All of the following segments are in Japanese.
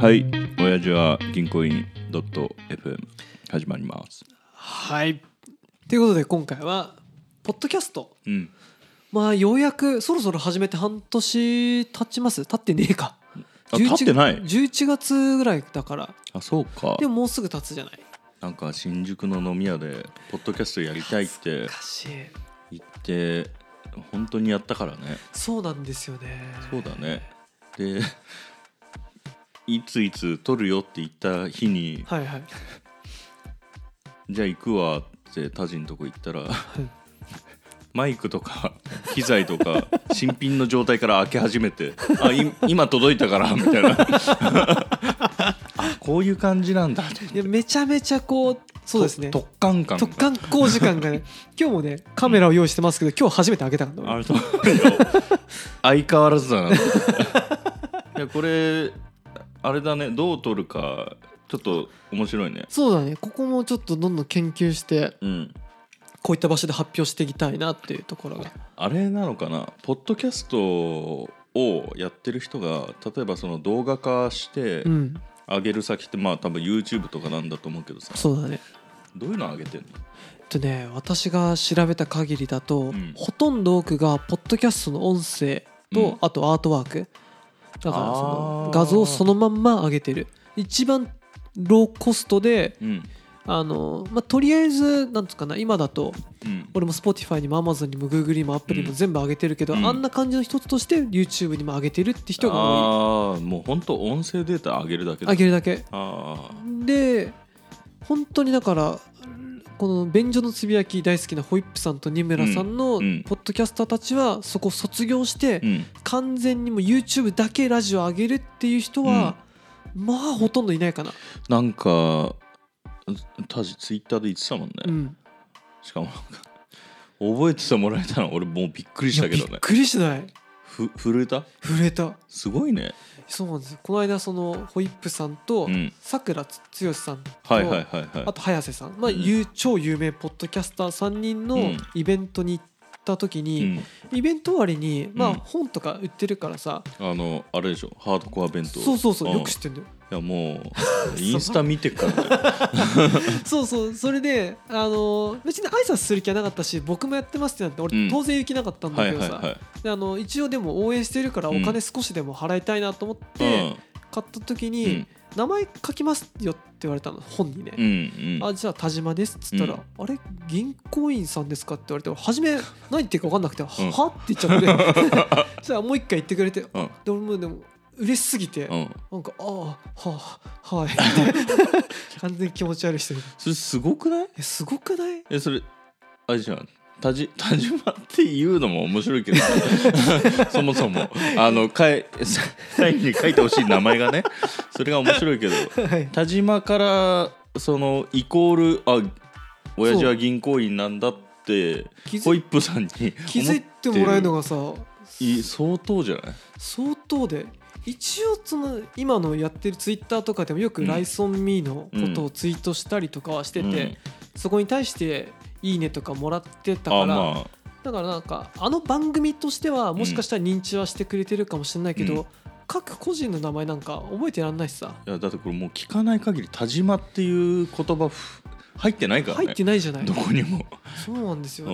はい、親父は銀行員 .fm 始まります。はいということで今回はポッドキャストうん。まあようやくそろそろ始めて半年経ちます経ってねえかあ経ってない11月ぐらいだからあ、そうかで。ももうすぐ経つじゃないなんか新宿の飲み屋でポッドキャストやりたいっておかしい言って本当にやったからね。そうなんですよねそうだね。で、いついつ撮るよって言った日に、はいはいじゃあ行くわってタジのとこ行ったら。マイクとか機材とか新品の状態から開け始めてあい今届いたからみたいな あこういう感じなんだっていやめちゃめちゃこうそうですねと突貫感が特貫工事感が ね今日もねカメラを用意してますけど今日初めて開けたからあれねそうよ相変わらずだないやこれあれだねどう撮るかちょっと面白いねそうだねここもちょっとどんどん研究してうんこういった場所で発表していきたいなっていうところがあれなのかなポッドキャストをやってる人が例えばその動画化してうん上げる先ってまあ多分 YouTube とかなんだと思うけどさそうだねどういうの上げてんのえっとね私が調べた限りだと、んほとんど多くがポッドキャストの音声と、うんあとアートワークだからそのあー画像をそのまんま上げてる一番ローコストでうんあの、まあ、とりあえずなんつうかな今だとうん俺も Spotify にも Amazon にも Google にも Apple にもうん全部上げてるけど、うんあんな感じの一つとして YouTube にも上げてるって人が多ああもう本当音声データ上げるだけいだ上げるだけああで本当にだからこの「便所のつぶやき」大好きなホイップさんとニムラさんのうんうんポッドキャスターたちはそこ卒業してうん完全にもう YouTube だけラジオ上げるっていう人はまあほとんどいないかな、なんかたじツイッターで言ってたもんね、うん、しかもなんか覚えててもらえたの俺もうびっくりい しやたけびっどねくりしないふ震えた震えたすごいねそうなんですこの間そのホイップさんとうんさくらつ剛さんとはいはいはいはいあと早瀬さん、まあうんゆう超有名ポッドキャスター3人うのんイベントに行った時うに、ん、イベント終わりに、まうあ、ん本とか売ってるからさ、あのあれでしょハードコア弁当そうそうそう、んよく知ってんだよいやも うインスタ見てっからねそうそうそれで、あのー別に挨拶する気はなかったし僕もやってますってなってう俺ん当然行きなかったんだはけいどはいさ、はであの一応でも応援してるからおうん金少しでも払いたいなと思っいて買った時に、名前書きますよって言われたの本にね、うんうんうんあじゃあ田島ですっつったら、うんあれ銀行員さんですかって言われて初め何言ってるか分かんなくて、はって言っちゃって そしたらもう一回言ってくれてでうん俺もでも嬉しすぎて、うんなんかああはあ はいみたいな完全に気持ち悪い人いるそれすごくないえすごくないえそれあれじゃん田じ 田島って言うのも面白いけど そもそもあのかえさサインに書いてほしい名前がねそれが面白いけどはい田島からそのイコールあ親父は銀行員なんだって気づホイいップさんに気づいてもらえるのががさ相当じゃない相当で一応その今のやってるツイッターとかでもよく「ライソン・ミー」のことをツイートしたりとかはしてて、うんそこに対して「いいね」とかもらってたからあ、まだからなんかあの番組としてはもしかしたら認知はしてくれてるかもしれないけど、うん各個人の名前なんか覚えてらんないしさあいやだってこれもう聞かない限り田島っていう言葉ふ入ってないからね入ってないじゃないどこにも、そうなんですよ、うん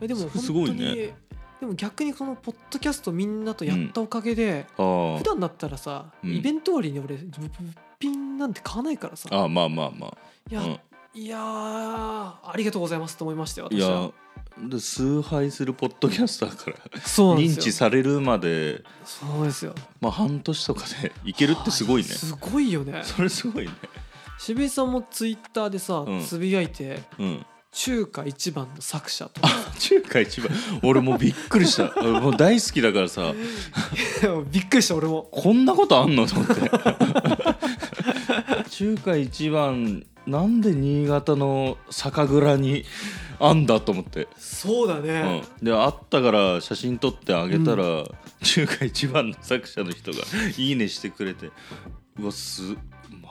えでも本当にすごいねでも逆にこのポッドキャストみんなとやったおかげで、あー普段だったらさ、うんイベント終わりに俺物品なんて買わないからさあーまあまあまあいや、いやーありがとうございますと思いましたよい私やはで崇拝するポッドキャスターからそうなんです認よ知されるまで、そうですよまあ、半年とかで いけるってすごいねはすごいよねそれすごいね渋井さんもツイッターでさ、うんつぶやいてうん中華一番の作者とか中華一番俺もうびっくりした 俺もう大好きだからさ びっくりした俺もこんなことあんのと思って 中華一番なんで新潟の酒蔵にあんだと思って、そうだうねん、、であったから写真撮ってあげたら、中華一番の作者の人が「いいね」してくれてうわす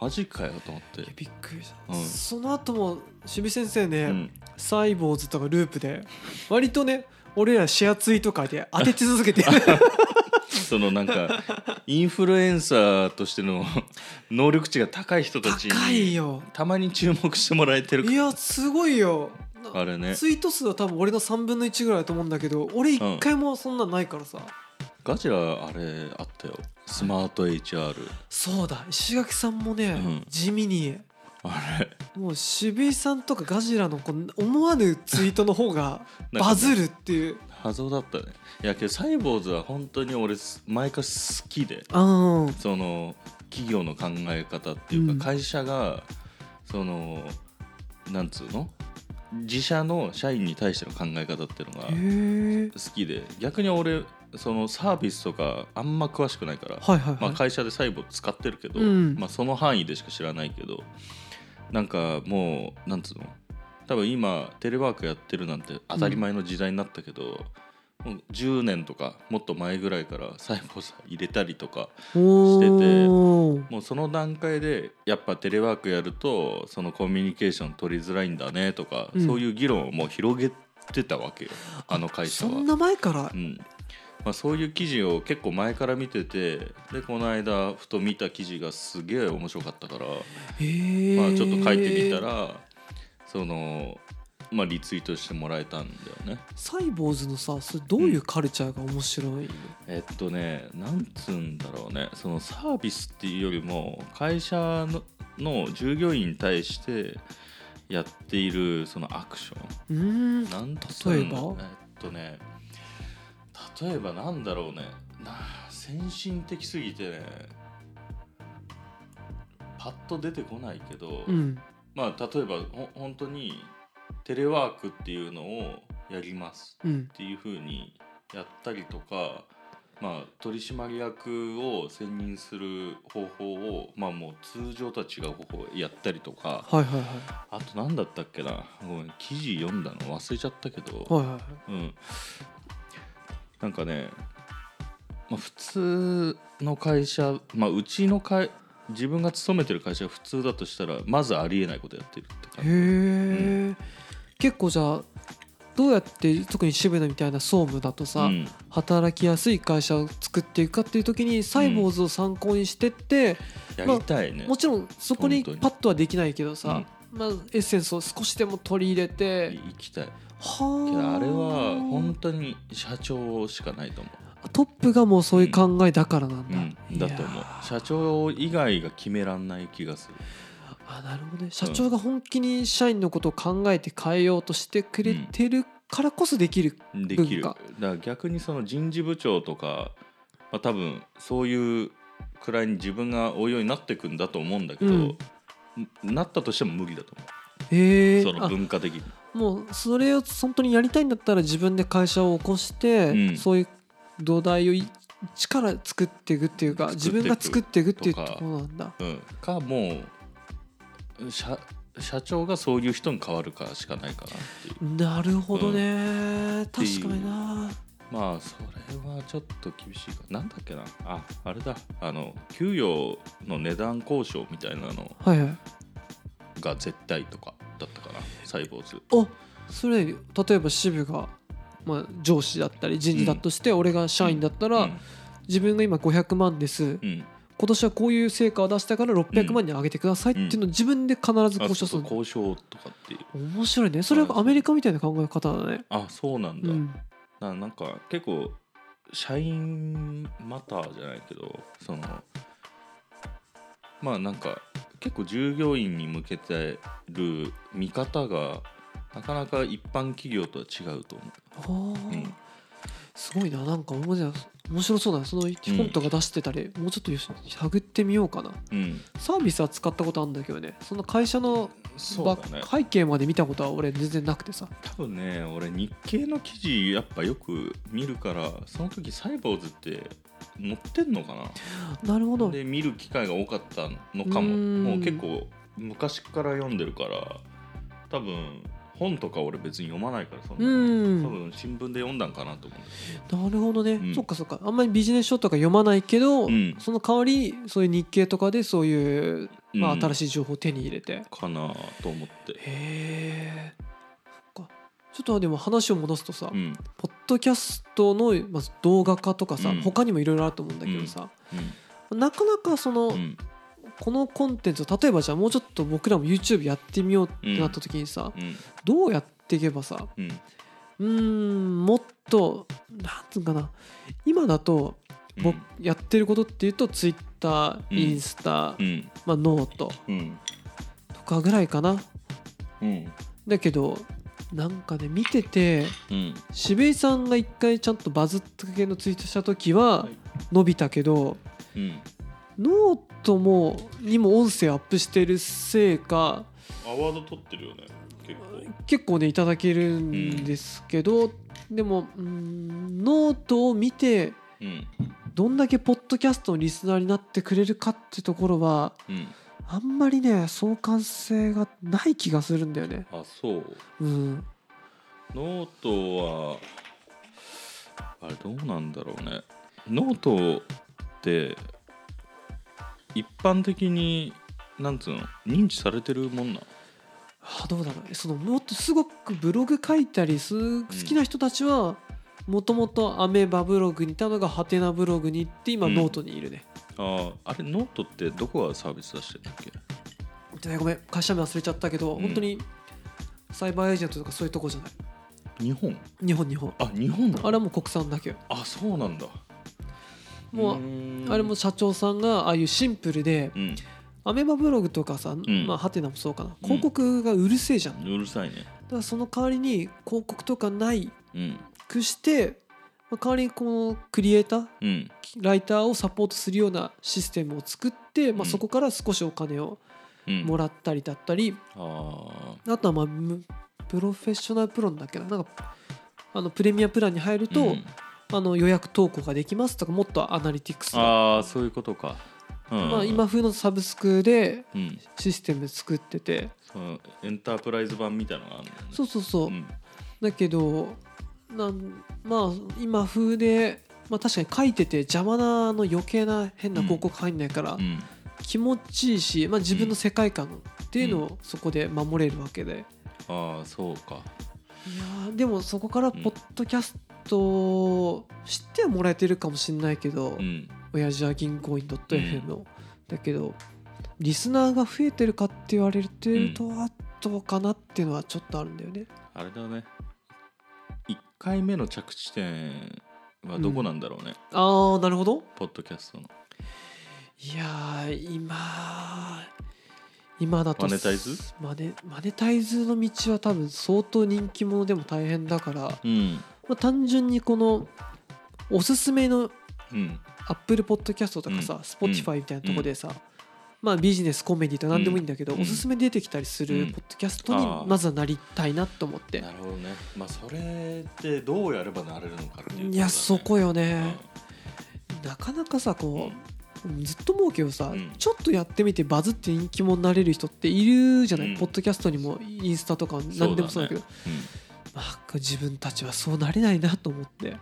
マジかよと思っいやて。びっくりした、うんその後も渋井先生ね、うんサイボーズ とかループで割とね俺らシェアツイとかで当て続けて人のなんかインフルエンサーとしての能力値が高い人たち高いによたまに注目してもらえてるいやすごいよあれねツイート数は多分俺の3分の1ぐらいだと思うんだけど俺一回もそんなんないからさ、ガジラあれあったよスマート HR そうだ石垣さんもね、うん地味にあれもう渋井さんとかガジラのこう思わぬツイートの方が なんかバズるっていう謎だったねいやけどサイボーズは本当に俺す毎回好きでうんうんその企業の考え方っていううんか会社がそのなんつうの自社の社員に対しての考え方っていうのがへえ好きで逆に俺そのサービスとかあんま詳しくないから、はいはいはい、まあ、会社で細胞使ってるけど、うんまあ、その範囲でしか知らないけどなんかもうなんつうの多分今テレワークやってるなんて当たり前の時代になったけど、もう10年とかもっと前ぐらいから細胞さ入れたりとかおーもうその段階でやっぱテレワークやるとそのコミュニケーション取りづらいんだねとか、うんそういう議論をもう広げてたわけよあの会社そは。んな前からうんまあ、そういう記事を結構前から見ててでこの間ふと見た記事がすげえ面白かったから、へえまあ、ちょっと書いてみたらその、まあ、リツイートしてもらえたんだよね。サイボーズのさそれどういうカルチャーが面白いの、えっとねなんつうんだろうねそのサービスっていうよりも会社のの従業員に対してやっているそのアクションうーんなん例えばうんえっとね例えばなんだろうねな先進的すぎてねパッと出てこないけど、うんまあ例えばほ本当にテレワークっていうのをやりますうんっていうふうにやったりとか、まあ、取締役を選任する方法を、まあ、もう通常とは違う方法をやったりとかはいはいはいあと何だったっけなごめん記事読んだの忘れちゃったけど、はいはいはいうん、なんかね、まあ、普通の会社、まあ、うちの会自分が勤めてる会社が普通だとしたらまずありえないことやってるって感じ。へえ、結構じゃあどうやって特に渋谷みたいな総務だとさ、うん働きやすい会社を作っていくかっていう時にサイボーズを参考にしてって、やりたいね、もちろんそこに本当にパッとはできないけどさ、まあ、エッセンスを少しでも取り入れて行きたいけどはああれは本当に社長しかないと思トップがもうそういう考えだからなう、んだ、うん、だとい思やう社長以外が決めらんない気がするあなるほどね社長が本気に社員のことを考えて変えようとしてくれてるからこそできる、できる文だ化から逆にその人事部長とか、まあ、多分そういうくらいに自分が追うようになってくんだと思うんだけど、うんんなったとしても無理だと思へえうその文化的にあもうそれを本当にやりたいんだったら自分で会社を起こして、うんそういう土台をい一から作っていくっていうか作って自いく分が作っていくっていうととかころなんだうん、かもう社社長がそういう人に変わるかしかないかなっていうなるほどね、てい確うかになまあそれはちょっと厳しいかなんだっけなああれだあの給与の値段交渉みたいなのはいはいが絶対とかだったかなサイボーズあそれ例えば支部が、まあ、上司だったり人事だとして、俺が社員だったら、自分が今500万です、うん、うん今年はこういう成果を出したから600万に上げてくださいっていうのを自分で必ずあ交渉すそうるそう交渉とかっていう面白いねそれはアメリカみたいな考え方だねあそうなんうだ、んななんか結構社員マターじゃないけどそのまあなんか結構従業員に向けてる見方がなかなか一般企業とは違うと思あう、ーうんすごいななんか面白い面白そうだなその本とか出してたり、もうちょっとよし探ってみようかなうん、サービスは使ったことあるんだけどねその会社のそうだねば背景まで見たことは俺全然なくてさ多分ね俺日経の記事やっぱよく見るからその時サイボーズって載ってんのかななるほどで見る機会が多かったのかもうんもう結構昔から読んでるから多分本とか俺別に読まないからそんなうん多分新聞で読んだんかなと思うなるほどね、うんそっかそっかあんまりビジネス書とか読まないけど、うんその代わりそういう日経とかでそういう、まあ、うん新しい情報を手に入れて、へかなと思ってえそっかちょっとでも話を戻すとさ、うんポッドキャストのまず動画化とかさ、うん他にもいろいろあると思うんだけどさ、うなかなかそんの、うんこのコンテンツを例えばじゃあもうちょっと僕らも YouTube やってみようってなった時にさ、うんどうやっていけばさうんうーんもっとなんつうかな今だとうん僕やってることっていうと Twitter、うんインスタ、うんまあ、ノートうんとかぐらいかなうんだけどなんかね見ててうん渋井さんが一回ちゃんとバズった系のツイートした時ははい伸びたけど、うんノートもにも音声アップしてるせいかアワード取ってるよね結結構ねいただけるんですけど、でもうんノートを見てうんどんだけポッドキャストのリスナーになってくれるかってところはうんあんまりね相関性がない気がするんだよね。あそううん、ノートはあれどうなんだろうねノートって一般的になんつうの認知されてるもんなあどうだろうねそのもっとすごくブログ書いたりす好きな人たちはもともとアメバブログにいたのがハテナブログに行って今うんノートにいるね。ああれノートってどこがサービス出してるんだっけでごめん会社名忘れちゃったけど、うん本当にサイバーエージェントとかそういうとこじゃない日本日本日本あ日本だあれはもう国産だけよあそうなんだもうーんあれも社長さんがああいうシンプルで、うんアメバブログとかさ、んまあ、ハテナもそうかな広告がうるせえじゃん、だうるさいねからその代わりに広告とかないうんくして、まあ、代わりにこのクリエイターうんライターをサポートするようなシステムを作って、まうあ、んそこから少しお金をうんもらったりだったり、ああとは、まあ、むプロフェッショナルプロンだっけななんかあのプレミアプランに入るーと、うんあの予約投稿ができますとかもっとアナリティクスのああそういうことか、うんまあ、今風のサブスクでうんシステム作っててそのエンタープライズ版みたいなのがあるんだよねそうそうそう、んだけどなんまあ今風で、まあ、確かに書いてて邪魔なあの余計な変な広告入んないから、うん気持ちいいし、まあ、自分の世界観っていうのをそこで守れるわけで、いやああそうかーでもそこからポッドキャストを知ってはもらえてるかもしれないけど、うん親父は銀行員 .fm を、だけどリスナーが増えてるかって言われてるとはどうかなっていうのはちょっとあるんだよね。あれだね1回目の着地点はどこなんだろうね、ああなるほど。ポッドキャストのいやー今今だとマネタイズマネマネタイズの道は多分相当人気者でも大変だから、まうんあ、単純にこのおすすめのうんアップルポッドキャストとかうさ、んスポ Spotify みたいなとこでさ、まあ、ビジネスコメディとか何でもいいんだけど、うんおすすめ出てきたりするうんポッドキャストあにーまずはなりたいなと思って、なるほどねまあそれってどうやればなれるのかっていうとだねいやそこよね、うなかなかさこう、ずっと思うけどさ、うんちょっとやってみてバズって人気者になれる人っているじゃない、うんポッドキャストにもインスタとか何でもそうだけどそうだねまあ、自分たちはそうなれないなと思って も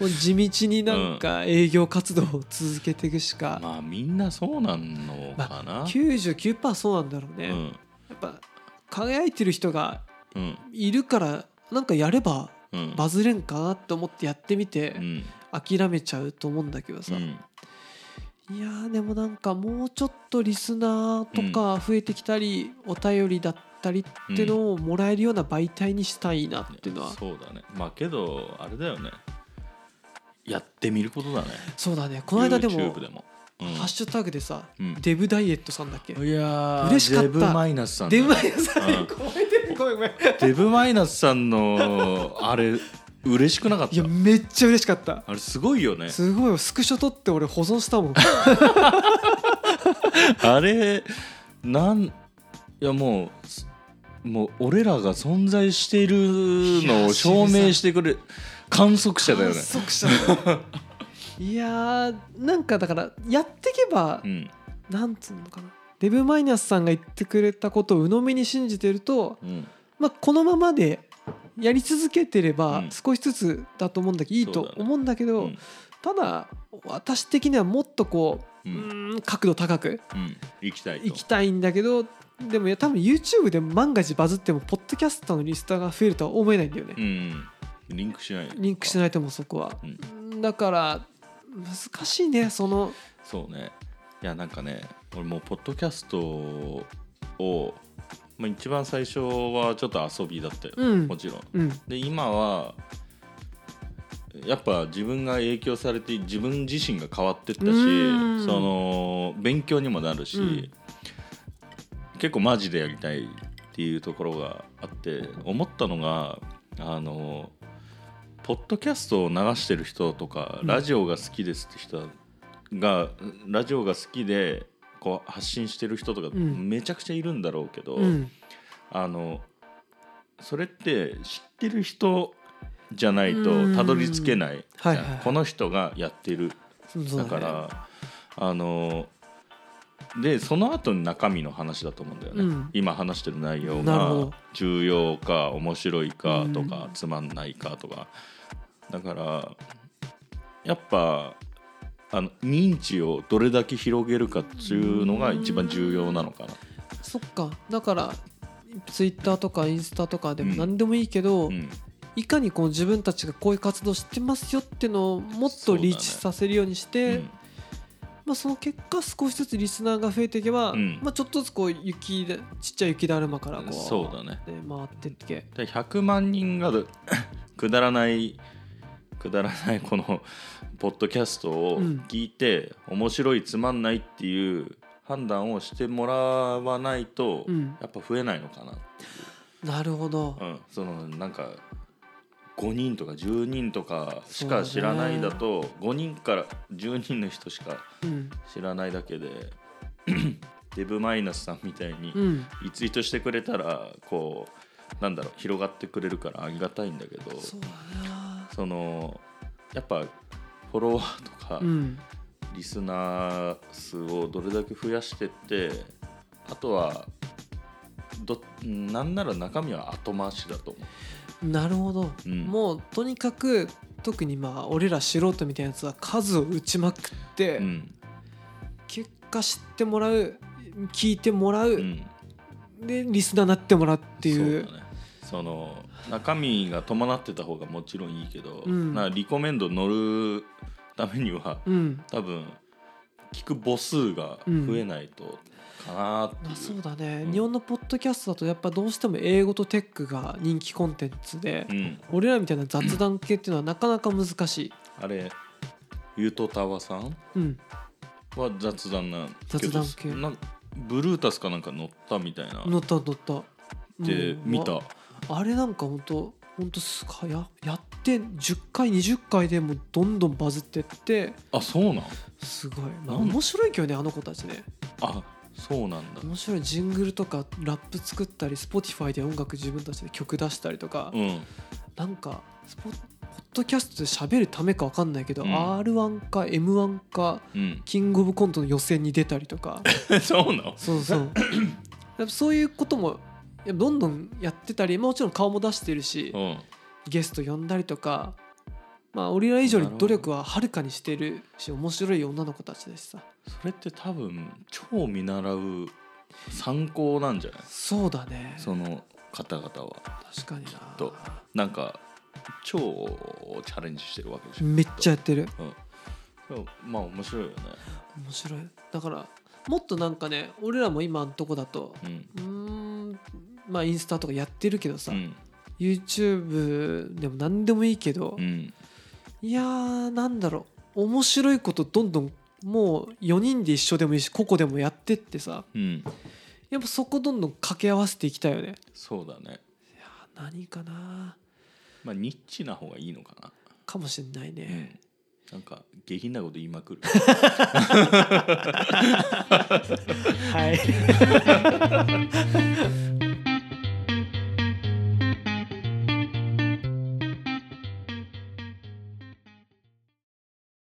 う地道になんか営業活動を続けていくしうかん、まあみんなそうなんのかな、 99%そうなんだろうね、やっぱ輝いてる人がうんうんいるからなんかやればうんバズれんかなと思ってやってみてうん諦めちゃうと思うんだけどさ、うんいやーでもなんかもうちょっとリスナーとか増えてきたり、お便りだったりってのをもらえるような媒体にしたいなっていうのは、そうだねまあけどあれだよねやってみることだねそうだねこの間でも YouTube でも、うんハッシュタグでさ、うんデブダイエットさんだっけ、いやー嬉しかったデブマイナスさんだデねブダイエットさんうんごめんデブごめんごめんデブマイナスさんのあれ嬉しくなかっいやためっちゃ嬉しかったあれすごいよねすごいよスクショ撮って俺保存したもんあれなんいやもうすもう俺らが存在しているのを証明してくれる観測者だよね観測者だよいやーなんかだからやってけば、うんなんつうのかなデブマイナスさんが言ってくれたことを鵜呑みに信じてると、うんまあ、このままでやり続けてればうん少しずつだと思うんだけど、いいそうだとね思うんだけうどんただ私的にはもっとこう,、ううんーん角度高くうん行きたいといきたいんだけどでもいや多分 YouTube で万が一バズってもポッドキャスターのリスターが増えるとは思えないんだよね。うんリンクしないリンクしないと思うそこは、だから難しいねそのそうねいやなんかね俺もうポッドキャストを、まあ、一番最初はちょっと遊びだったよ、うんもちろんうんで今はやっぱ自分が影響されて自分自身が変わってったしうんその勉強にもなるし、うん結構マジでやりたいっていうところがあって思ったのがあのポッドキャストを流してる人とか、うんラジオが好きですって人がラジオが好きでこう発信してる人とかんめちゃくちゃいるんだろうけど、うんあのそれって知ってる人じゃないうんとたどり着けないはいはいはいこの人がやってるそうだだねからあのでその後に中身の話だと思うんだよね、うん今話してる内容なるほがど重要か面白いかとか、うんつまんないかとかだからやっぱあの認知をどれだけ広げるかっていうのが一番重要なのかな。そっかだからツイッターとかインスタとかでもうん何でもいいけど、うんいかにこう自分たちがこういう活動してますよっていうのをもっそうとだねリーチさせるようにして、うんまあ、その結果少しずつリスナーが増えていけば、うんまあ、ちょっとずつこう雪だちっちゃい雪だるまからこうそうだねで回っていってで100万人がどくだらないくだらないこのポッドキャストを聞いて、面白いつまんないっていう判断をしてもらわないと、うんやっぱ増えないのかな、なるほど、うん、そのなんか5人とか10人とかしかそ知うだらねないだと5人から10人の人しかうん知らないだけで デブマイナスさんみたいにうん、リツイートしてくれたらこうなんだろう広がってくれるからありがたいんだけどそうだなそのやっぱフォロワーとかうんリスナー数をどれだけ増やしてってあとはどなんなら中身は後回しだと思なるほど、うんもうとにかく特にまあ俺ら素人みたいなやつは数を打ちまくって、う、うん結果知ってもらう聞いてもらう、うん、っでリスナーになってもらうっていうそうだねその中身が伴ってた方がもちろんいいけど、うんなリコメンド乗るためにはうん多分聞く母数が増えないとかなってあいそうう。だね、うん日本のポッドキャストだとやっぱどうしても英語とテックが人気コンテンツで、うん、俺らみたいな雑談系っていうのはなかなか難しい、あれゆとたわさんうん、は雑談な雑談系けどなんブルータスかなんか乗ったみたいな乗った乗ったでもう見たああれなんかほんとほんとすかややって10回20回でもうどんどんバズってってあそうなんすごい、まあ、なん面白いけどねあの子たちねあそうなんだ面白いジングルとかラップ作ったり Spotify で音楽自分たちで曲出したりとか、うんなんかスポポッドキャストで喋るためか分かんないけど、うん R1 か M1 かうん キングオブコントの予選に出たりとか そうなんそうそうやっぱそういうこともやっぱどんどんやってたりもちろん顔も出してるしうんゲスト呼んだりとかまあ俺ら以上に努力ははるかにしてるし面白い女の子たちでしさそれって多分超見習う参考なんじゃないそうだねその方々は確かになとなんか超チャレンジしてるわけでしょめっちゃやってるうんでもまあ面白いよね面白いだからもっとなんかね俺らも今のとこだとうんうーんまあインスタとかやってるけどさ、うん YouTube でも何でもいいけど、うんいやーなんだろう面白いことどんどんもう4人で一緒でもいいし個々でもやってってさうんやっぱそこどんどん掛け合わせていきたいよねそうだねいやー何かなまあニッチな方がいいのかなかもしんないね、なんか下品なこと言いまくるはい